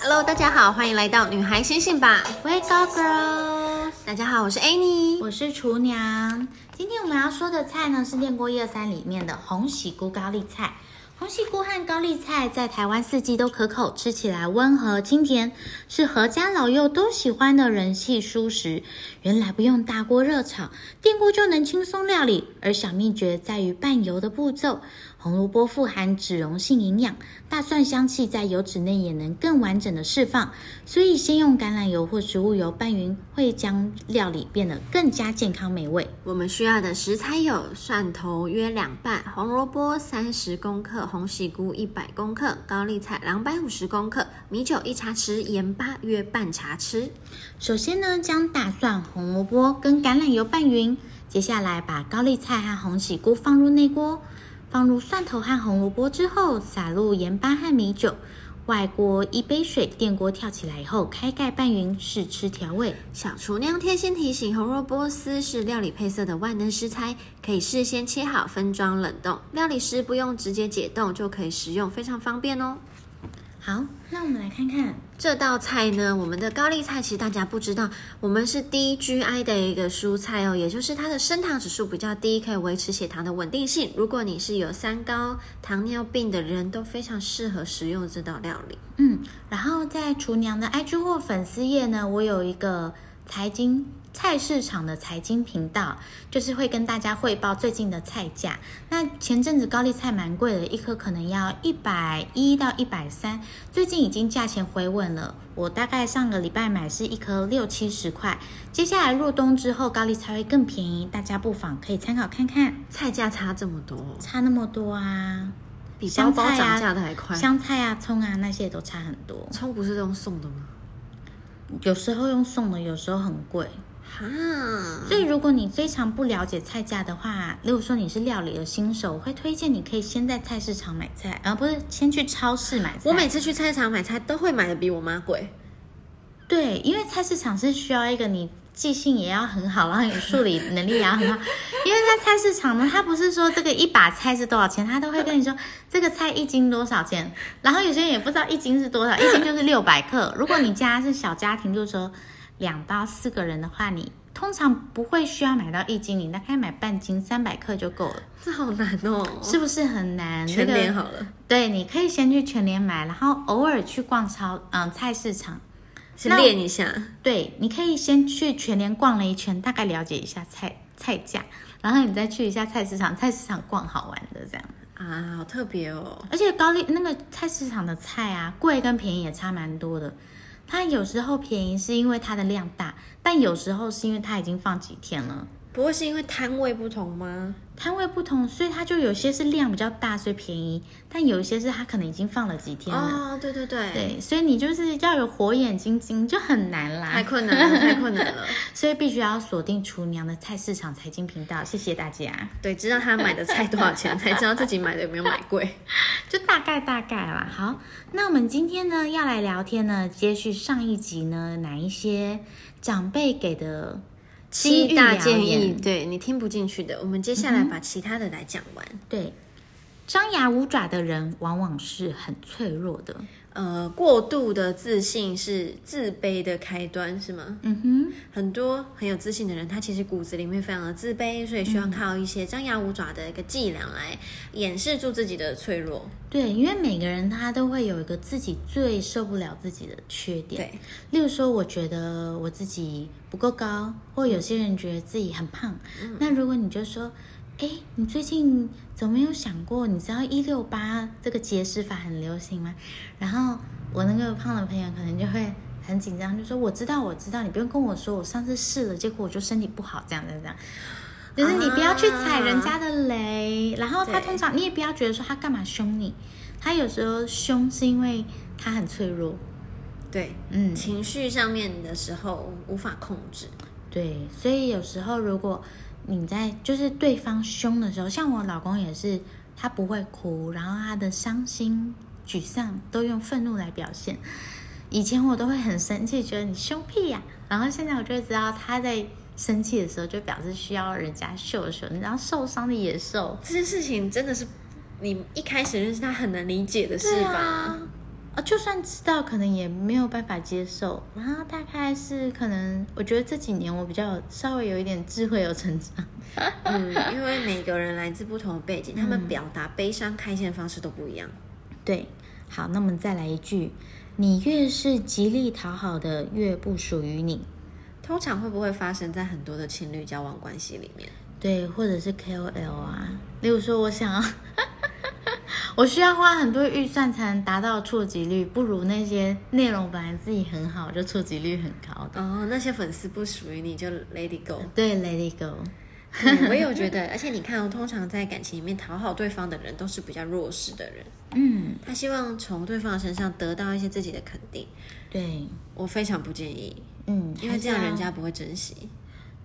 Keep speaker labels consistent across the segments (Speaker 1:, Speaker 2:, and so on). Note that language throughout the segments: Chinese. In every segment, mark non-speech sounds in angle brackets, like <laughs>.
Speaker 1: Hello，大家好，欢迎来到女孩星星吧。
Speaker 2: Wake up, girls！
Speaker 1: 大家好，我是 Annie。
Speaker 2: 我是厨娘。今天我们要说的菜呢，是电锅一二三里面的红喜菇高丽菜。红喜菇和高丽菜在台湾四季都可口，吃起来温和清甜，是合家老幼都喜欢的人气蔬食。原来不用大锅热炒，电锅就能轻松料理。而小秘诀在于拌油的步骤。红萝卜富含脂溶性营养，大蒜香气在油脂内也能更完整的释放，所以先用橄榄油或植物油拌匀，会将料理变得更加健康美味。
Speaker 1: 我们需要的食材有蒜头约两瓣，红萝卜三十公克，红喜菇一百公克，高丽菜两百五十公克，米酒一茶匙，盐巴约半茶匙。
Speaker 2: 首先呢，将大蒜、红萝卜跟橄榄油拌匀，接下来把高丽菜和红喜菇放入内锅，放入蒜头和红萝卜之后，撒入盐巴和米酒。外锅一杯水，电锅跳起来以后，开盖拌匀，试吃调味。
Speaker 1: 小厨娘贴心提醒：红萝卜丝是料理配色的万能食材，可以事先切好分装冷冻，料理时不用直接解冻就可以食用，非常方便哦。
Speaker 2: 好，那我们来看看，
Speaker 1: 这道菜呢，我们的高丽菜其实大家不知道，我们是低 GI 的一个蔬菜哦，也就是它的升糖指数比较低，可以维持血糖的稳定性。如果你是有三高、糖尿病的人，都非常适合食用这道料理。
Speaker 2: 嗯，然后在厨娘的 IG 或粉丝页呢，我有一个财经菜市场的财经频道，就是会跟大家汇报最近的菜价。那前阵子高丽菜蛮贵的，一颗可能要一百一到一百三，最近已经价钱回稳了。我大概上个礼拜买是一颗六七十块，接下来入冬之后高丽菜会更便宜，大家不妨可以参考看看。
Speaker 1: 菜价差这么多，哦
Speaker 2: 差那么多啊，
Speaker 1: 比包
Speaker 2: 香
Speaker 1: 包
Speaker 2: 菜
Speaker 1: 涨
Speaker 2: 啊
Speaker 1: 价的还快。
Speaker 2: 香菜啊、葱啊那些都差很多。
Speaker 1: 葱不是用送的吗？
Speaker 2: 有时候用送的，有时候很贵。
Speaker 1: 哈，
Speaker 2: 所以如果你非常不了解菜价的话，例如说你是料理的新手，我会推荐你可以先在菜市场买菜，而、不是先去超市买菜。
Speaker 1: 我每次去菜市场买菜都会买的比我妈贵。
Speaker 2: 对，因为菜市场是需要一个你记性也要很好，然后你数理能力也要很好。因为在菜市场呢，它不是说这个一把菜是多少钱，它都会跟你说这个菜一斤多少钱。然后有些人也不知道一斤是多少，一斤就是六百克。如果你家是小家庭，就是说两到四个人的话，你通常不会需要买到一斤，你大概买半斤，三百克就够了，
Speaker 1: 这好难哦，
Speaker 2: 是不是很难？
Speaker 1: 全
Speaker 2: 这个
Speaker 1: 脸好了，
Speaker 2: 对，你可以先去全联买，然后偶尔去逛超嗯、菜市场。
Speaker 1: 先
Speaker 2: 那
Speaker 1: 练一下。
Speaker 2: 对，你可以先去全联逛了一圈，大概了解一下菜菜价，然后你再去一下菜市场，菜市场逛好玩的这样。
Speaker 1: 啊，好特别哦！
Speaker 2: 而且高丽那个菜市场的菜啊，贵跟便宜也差蛮多的。它有时候便宜是因为它的量大，但有时候是因为它已经放几天了，
Speaker 1: 不会是因为摊位不同吗？
Speaker 2: 摊位不同，所以它就有些是量比较大，所以便宜；但有一些是它可能已经放了几天了。
Speaker 1: 哦，对对对，
Speaker 2: 对，所以你就是要有火眼金睛，就很难啦。
Speaker 1: 太困难 <laughs> 了，太困难了。
Speaker 2: 所以必须要锁定厨娘的菜市场财经频道，谢谢大家。
Speaker 1: 对，知道他买的菜多少钱，才知道自己买的有没有买 <laughs> 贵。
Speaker 2: 就大概大概啦。好，那我们今天呢要来聊天呢，接续上一集呢，哪一些长辈给的金
Speaker 1: 七
Speaker 2: 玉
Speaker 1: 大
Speaker 2: 良
Speaker 1: 建议
Speaker 2: 言，
Speaker 1: 对嗯你听不进去的，我们接下来把其他的来讲完。
Speaker 2: 对，张牙舞爪的人往往是很脆弱的。
Speaker 1: 呃，过度的自信是自卑的开端，是吗？
Speaker 2: 嗯哼，
Speaker 1: 很多很有自信的人，他其实骨子里面非常的自卑，所以需要靠一些张牙舞爪的一个伎俩来掩饰住自己的脆弱。
Speaker 2: 对，因为每个人他都会有一个自己最受不了自己的缺点。
Speaker 1: 对，
Speaker 2: 例如说，我觉得我自己不够高，或有些人觉得自己很胖。那如果你就说，哎，你最近怎么没有想过？你知道一六八这个节食法很流行吗？然后我那个胖的朋友可能就会很紧张，就说我知道，我知道，你不用跟我说，我上次试了，结果我就身体不好，这样这样这样。就是你不要去踩人家的雷，然后他
Speaker 1: 对
Speaker 2: 通常你也不要觉得说他干嘛凶你，他有时候凶是因为他很脆弱，
Speaker 1: 对，
Speaker 2: 嗯，
Speaker 1: 情绪上面的时候无法控制。
Speaker 2: 对，所以有时候如果你在就是对方凶的时候，像我老公也是，他不会哭，然后他的伤心、沮丧都用愤怒来表现。以前我都会很生气，觉得你凶屁呀、然后现在我就会知道他在生气的时候，就表示需要人家秀秀，你知道受伤的野兽。
Speaker 1: 这件事情真的是你一开始认识它很难理解的事
Speaker 2: 对
Speaker 1: 吧
Speaker 2: 啊？？啊，就算知道，可能也没有办法接受。然后大概是可能，我觉得这几年我比较有稍微有一点智慧有成长。
Speaker 1: 嗯，因为每个人来自不同的背景，他们表达悲伤、开心的方式都不一样。
Speaker 2: 对，好，那我们再来一句：你越是极力讨好的，越不属于你。
Speaker 1: 通常会不会发生在很多的情侣交往关系里面？
Speaker 2: 对，或者是 KOL 啊，例如说，我想要， <laughs> 我需要花很多预算才能达到触及率，不如那些内容本来自己很好就触及率很高的。
Speaker 1: 哦，那些粉丝不属于你就 let it go。
Speaker 2: 对，Let it go。
Speaker 1: 对嗯我也有觉得，而且你看、哦，通常在感情里面讨好对方的人都是比较弱势的人，
Speaker 2: 嗯，
Speaker 1: 他希望从对方身上得到一些自己的肯定。
Speaker 2: 对，
Speaker 1: 我非常不建议，
Speaker 2: 嗯，
Speaker 1: 因为
Speaker 2: 还是
Speaker 1: 这样
Speaker 2: 要
Speaker 1: 人家不会珍惜。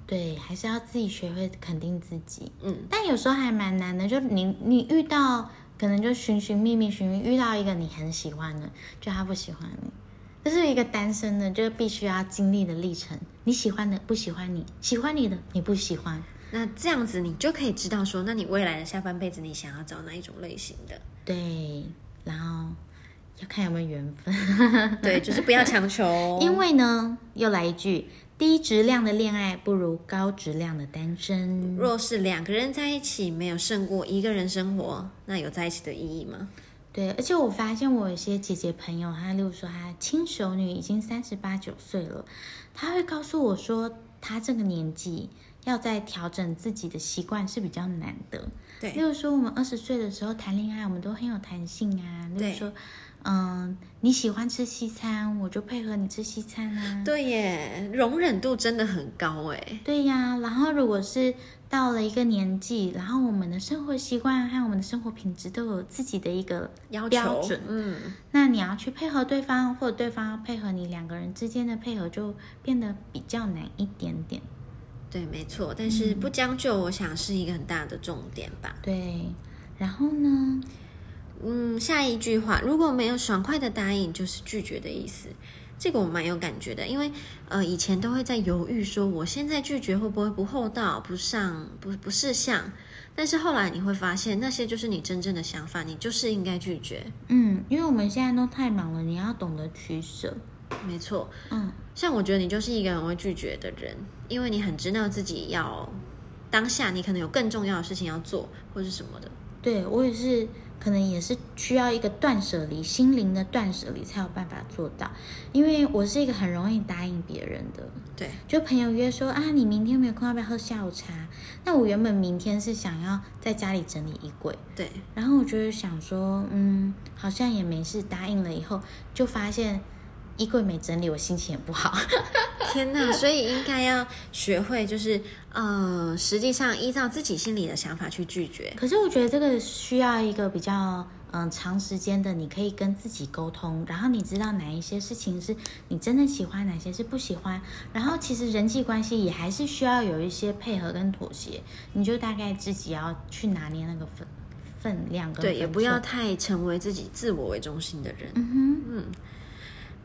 Speaker 2: 对，还是要自己学会肯定自己。
Speaker 1: 嗯，
Speaker 2: 但有时候还蛮难的，就你你遇到可能就寻寻觅觅寻觅，遇到一个你很喜欢的，就他不喜欢你，这是一个单身的就是必须要经历的历程。你喜欢的不喜欢你，喜欢你的你不喜欢，
Speaker 1: 那这样子你就可以知道说，那你未来的下半辈子你想要找哪一种类型的？ <laughs>
Speaker 2: 对，然后要看有没有缘分。
Speaker 1: 对，就是不要强求哦、
Speaker 2: <laughs> 因为呢，又来一句，低质量的恋爱不如高质量的单身。
Speaker 1: 若是两个人在一起没有胜过一个人生活，那有在一起的意义吗？
Speaker 2: 对，而且我发现我有些姐姐朋友，她例如说她亲熟女已经三十八九岁了，她会告诉我说，她这个年纪要再调整自己的习惯是比较难的。
Speaker 1: 对
Speaker 2: 例如说我们二十岁的时候谈恋爱，我们都很有弹性啊。例
Speaker 1: 对
Speaker 2: 如说，嗯，你喜欢吃西餐，我就配合你吃西餐啊。
Speaker 1: 对耶，容忍度真的很高哎。
Speaker 2: 对呀，然后如果是到了一个年纪，然后我们的生活习惯和我们的生活品质都有自己的一个
Speaker 1: 要求
Speaker 2: 标准，
Speaker 1: 嗯，
Speaker 2: 那你要去配合对方，或者对方要配合你，两个人之间的配合就变得比较难一点点。
Speaker 1: 对，没错。但是不将就，我想是一个很大的重点吧。
Speaker 2: 对，然后呢？
Speaker 1: 嗯，下一句话，如果没有爽快的答应，就是拒绝的意思。这个我蛮有感觉的，因为呃，以前都会在犹豫，说我现在拒绝会不会不厚道、不上、不不识相。但是后来你会发现，那些就是你真正的想法，你就是应该拒绝。
Speaker 2: 嗯，因为我们现在都太忙了，你要懂得取舍。
Speaker 1: 没错，
Speaker 2: 嗯，
Speaker 1: 像我觉得你就是一个很会拒绝的人，因为你很知道自己要当下你可能有更重要的事情要做，或是什么的。
Speaker 2: 对我也是，可能也是需要一个断舍离，心灵的断舍离才有办法做到。因为我是一个很容易答应别人的，
Speaker 1: 对，
Speaker 2: 就朋友约说啊，你明天没有空，要不要喝下午茶？那我原本明天是想要在家里整理衣柜，
Speaker 1: 对，
Speaker 2: 然后我就想说，嗯，好像也没事，答应了以后就发现衣柜没整理，我心情也不好。 <laughs>
Speaker 1: 天呐，所以应该要学会，就是呃，实际上依照自己心里的想法去拒绝。
Speaker 2: 可是我觉得这个需要一个比较嗯、长时间的，你可以跟自己沟通，然后你知道哪一些事情是你真的喜欢，哪些是不喜欢。然后其实人际关系也还是需要有一些配合跟妥协，你就大概自己要去拿捏那个分分量跟
Speaker 1: 对，也
Speaker 2: 分
Speaker 1: 不要
Speaker 2: 寸
Speaker 1: 太成为自己自我为中心的人。
Speaker 2: 嗯哼，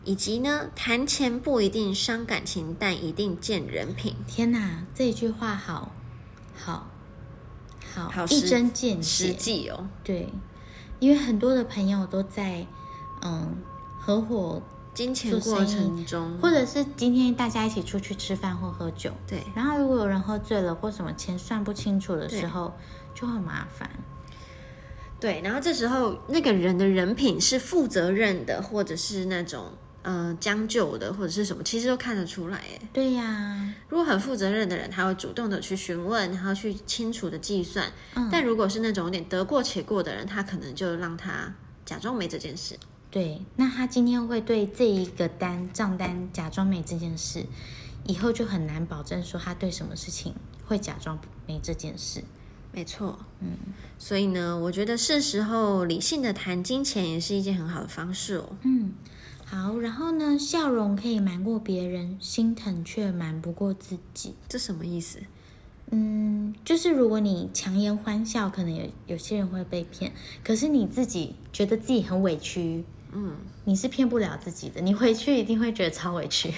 Speaker 1: 以及呢，谈钱不一定伤感情，但一定见人品。
Speaker 2: 天哪，这一句话好好好
Speaker 1: 好
Speaker 2: 哦一
Speaker 1: 实
Speaker 2: 针见
Speaker 1: 实
Speaker 2: 血。
Speaker 1: 际哦，
Speaker 2: 对，因为很多的朋友都在嗯合伙
Speaker 1: 金钱
Speaker 2: 做
Speaker 1: 过
Speaker 2: 生意
Speaker 1: 程中，
Speaker 2: 或者是今天大家一起出去吃饭或喝酒，
Speaker 1: 对
Speaker 2: 然后如果有人喝醉了或什么钱算不清楚的时候，就很麻烦。
Speaker 1: 对，然后这时候那个人的人品是负责任的，或者是那种呃将就的，或者是什么，其实都看得出来。哎，
Speaker 2: 对呀、
Speaker 1: 如果很负责任的人，他会主动的去询问，然后去清楚的计算。
Speaker 2: 嗯
Speaker 1: 但如果是那种有点得过且过的人，他可能就让他假装没这件事。
Speaker 2: 对，那他今天会对这一个单账单假装没这件事，以后就很难保证说他对什么事情会假装没这件事。
Speaker 1: 没错，嗯，所以呢，我觉得是时候理性的谈金钱也是一件很好的方式哦。
Speaker 2: 嗯，好，然后呢，笑容可以瞒过别人，心疼却瞒不过自己。
Speaker 1: 这什么意思？
Speaker 2: 嗯，就是如果你强颜欢笑，可能有有些人会被骗，可是你自己觉得自己很委屈，
Speaker 1: 嗯，
Speaker 2: 你是骗不了自己的，你回去一定会觉得超
Speaker 1: <laughs>
Speaker 2: 委屈。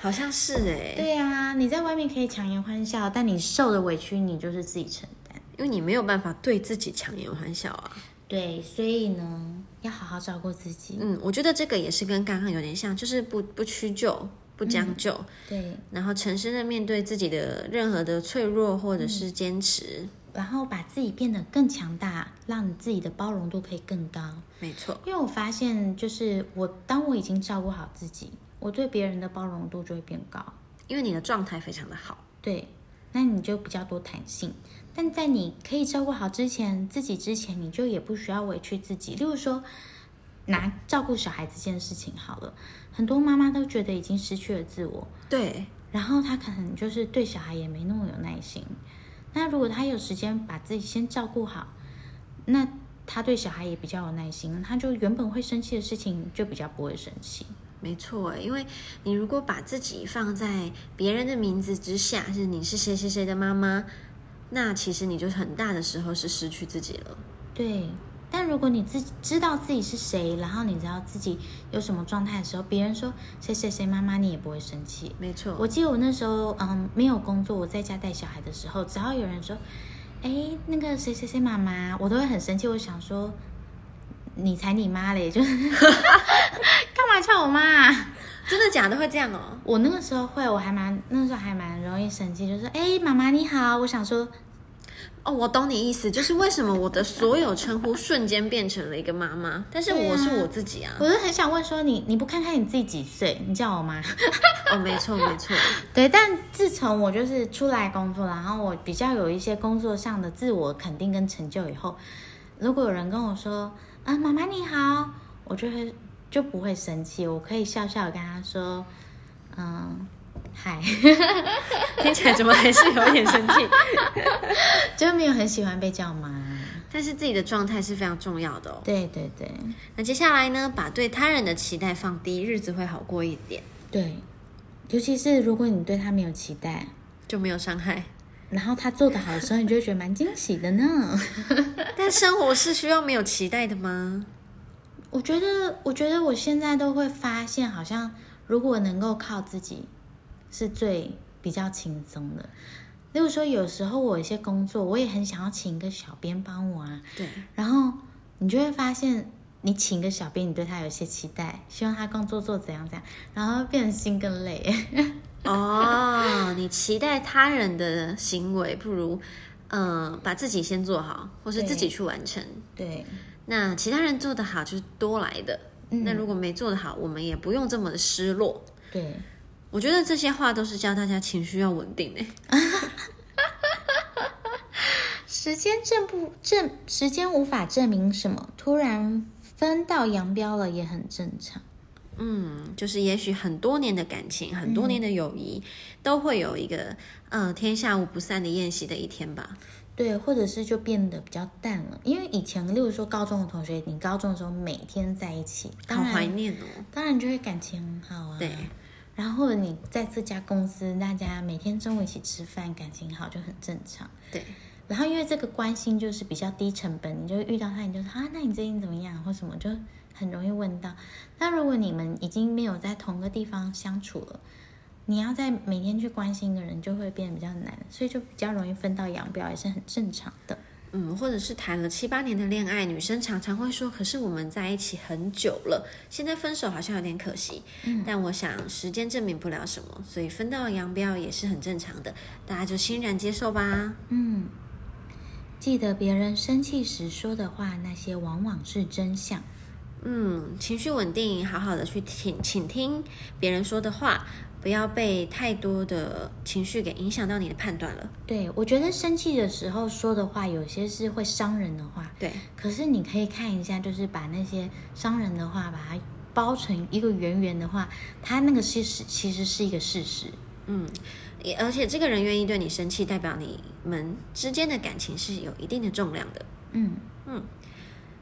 Speaker 1: 好像是哎、
Speaker 2: 对啊，你在外面可以强颜欢笑，但你受的委屈你就是自己承担。
Speaker 1: 因为你没有办法对自己强颜欢笑啊。
Speaker 2: 对，所以呢，要好好照顾自己。
Speaker 1: 嗯，我觉得这个也是跟刚刚有点像，就是不不屈就，不将就，
Speaker 2: 对，
Speaker 1: 然后诚实的面对自己的任何的脆弱或者是坚持。
Speaker 2: 然后把自己变得更强大，让你自己的包容度可以更高。
Speaker 1: 没错，
Speaker 2: 因为我发现，就是我当我已经照顾好自己，我对别人的包容度就会变高。
Speaker 1: 因为你的状态非常的好。
Speaker 2: 对，那你就比较多弹性。但在你可以照顾好之前，自己之前，你就也不需要委屈自己。例如说，拿照顾小孩这件事情好了，很多妈妈都觉得已经失去了自我，
Speaker 1: 对，
Speaker 2: 然后她可能就是对小孩也没那么有耐心。那如果她有时间把自己先照顾好，那她对小孩也比较有耐心，她就原本会生气的事情就比较不会生气。
Speaker 1: 没错，因为你如果把自己放在别人的名字之下，是你是谁谁谁的妈妈，那其实你就很大的时候是失去自己了。
Speaker 2: 对，但如果你自己知道自己是谁，然后你知道自己有什么状态的时候，别人说谁谁谁妈妈，你也不会生气。
Speaker 1: 没错，
Speaker 2: 我记得我那时候，嗯，没有工作，我在家带小孩的时候，只要有人说，哎，那个谁谁谁妈妈，我都会很生气。我想说，你才你妈嘞，就是 <laughs> 干嘛叫我妈、啊？
Speaker 1: 真的假的会这样哦？
Speaker 2: 我那个时候会，我还蛮那时候还蛮容易生气，就是哎，妈妈你好，我想说
Speaker 1: 哦，我懂你意思，就是为什么我的所有称呼瞬间变成了一个妈妈，但是我是我自己啊。
Speaker 2: 我就很想问说你，你不看看你自己几岁？你叫我妈？
Speaker 1: 哦，没错没错，
Speaker 2: 对，但自从我就是出来工作，然后我比较有一些工作上的自我肯定跟成就以后，如果有人跟我说啊，妈妈你好，我就会就不会生气，我可以笑笑地跟他说，嗯，嗨， <laughs>
Speaker 1: 听起来怎么还是有点生气？ <laughs>
Speaker 2: 就没有很喜欢被叫妈。
Speaker 1: 但是自己的状态是非常重要的哦。
Speaker 2: 对对对
Speaker 1: 那接下来呢，把对他人的期待放低，日子会好过一点，
Speaker 2: 对，尤其是如果你对他没有期待，
Speaker 1: 就没有伤
Speaker 2: <laughs>
Speaker 1: 害。
Speaker 2: 然后他做的好的时候，你就会觉得蛮惊喜的呢。
Speaker 1: 但生活是需要没有期待的吗？
Speaker 2: 我觉得，我觉得我现在都会发现，好像如果能够靠自己，是最比较轻松的。例如说，有时候我有一些工作，我也很想要请一个小编帮我啊。
Speaker 1: 对，
Speaker 2: 然后你就会发现，你请一个小编，你对他有一些期待，希望他工作做怎样怎样，然后变成心更累。
Speaker 1: 哦，你期待他人的行为，不如，呃，把自己先做好，或是
Speaker 2: 对
Speaker 1: 自己去完成。
Speaker 2: 对，
Speaker 1: 那其他人做得好就是多来的，
Speaker 2: 嗯
Speaker 1: 那如果没做得好，我们也不用这么的失落。
Speaker 2: 对，
Speaker 1: 我觉得这些话都是教大家情绪要稳定诶。欸
Speaker 2: 时间证不证，时间无法证明什么，突然分道扬镳了也很正常。
Speaker 1: 嗯，就是也许很多年的感情，很多年的友谊，
Speaker 2: 嗯
Speaker 1: 都会有一个呃天下无不散的宴席的一天吧。
Speaker 2: 对，或者是就变得比较淡了，因为以前，例如说高中的同学，你高中的时候每天在一起，
Speaker 1: 好
Speaker 2: 当
Speaker 1: 怀
Speaker 2: 然，
Speaker 1: 念哦。
Speaker 2: 当然就会感情很好啊。
Speaker 1: 对。
Speaker 2: 然后你在这家公司，大家每天中午一起吃饭，感情好就很正常。
Speaker 1: 对，
Speaker 2: 然后因为这个关心就是比较低成本，你就会遇到他，你就说啊，那你最近怎么样或什么，就很容易问到。那如果你们已经没有在同个地方相处了，你要在每天去关心一个人，就会变得比较难，所以就比较容易分道扬镳，也是很正常的。
Speaker 1: 嗯，或者是谈了七八年的恋爱，女生常常会说：“可是我们在一起很久了，现在分手好像有点可惜。”嗯，但我想时间证明不了什么，所以分道扬镳也是很正常的，大家就欣然接受吧。
Speaker 2: 嗯，记得别人生气时说的话，那些往往是真相。
Speaker 1: 嗯，情绪稳定，好好的去听，倾听别人说的话，不要被太多的情绪给影响到你的判断了。
Speaker 2: 对，我觉得生气的时候说的话，有些是会伤人的话，
Speaker 1: 对，
Speaker 2: 可是你可以看一下，就是把那些伤人的话，把它包成一个圆圆的话，它那个事实其实是一个事实。
Speaker 1: 嗯，也而且这个人愿意对你生气，代表你们之间的感情是有一定的重量的。
Speaker 2: 嗯，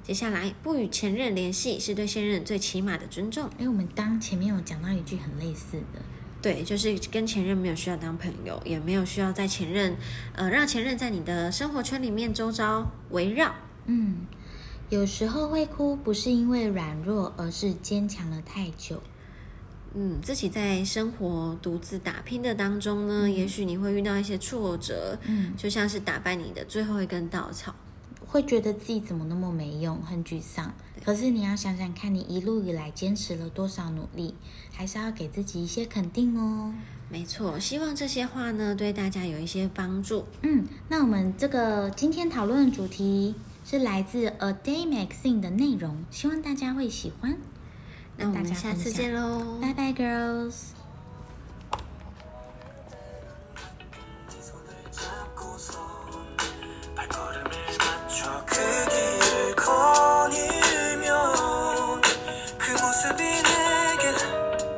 Speaker 1: 接下来，不与前任联系是对现任最起码的尊重。
Speaker 2: 因为我们刚前面有讲到一句很类似的，
Speaker 1: 对，就是跟前任没有需要当朋友，也没有需要在前任，呃，让前任在你的生活圈里面周遭围绕。
Speaker 2: 嗯，有时候会哭，不是因为软弱，而是坚强了太久。
Speaker 1: 嗯，自己在生活独自打拼的当中呢，也许你会遇到一些挫折，
Speaker 2: 嗯，
Speaker 1: 就像是打败你的最后一根稻草。
Speaker 2: 会觉得自己怎么那么没用，很沮丧。可是你要想想看，你一路以来坚持了多少努力，还是要给自己一些肯定哦。
Speaker 1: 没错，希望这些话呢对大家有一些帮助。
Speaker 2: 嗯，那我们这个今天讨论的主题是来自《A Day Magazine》的内容，希望大家会喜欢。
Speaker 1: 那我
Speaker 2: 大
Speaker 1: 们
Speaker 2: 家
Speaker 1: 下
Speaker 2: 分
Speaker 1: 次
Speaker 2: 享
Speaker 1: 见喽，
Speaker 2: 拜拜，girls。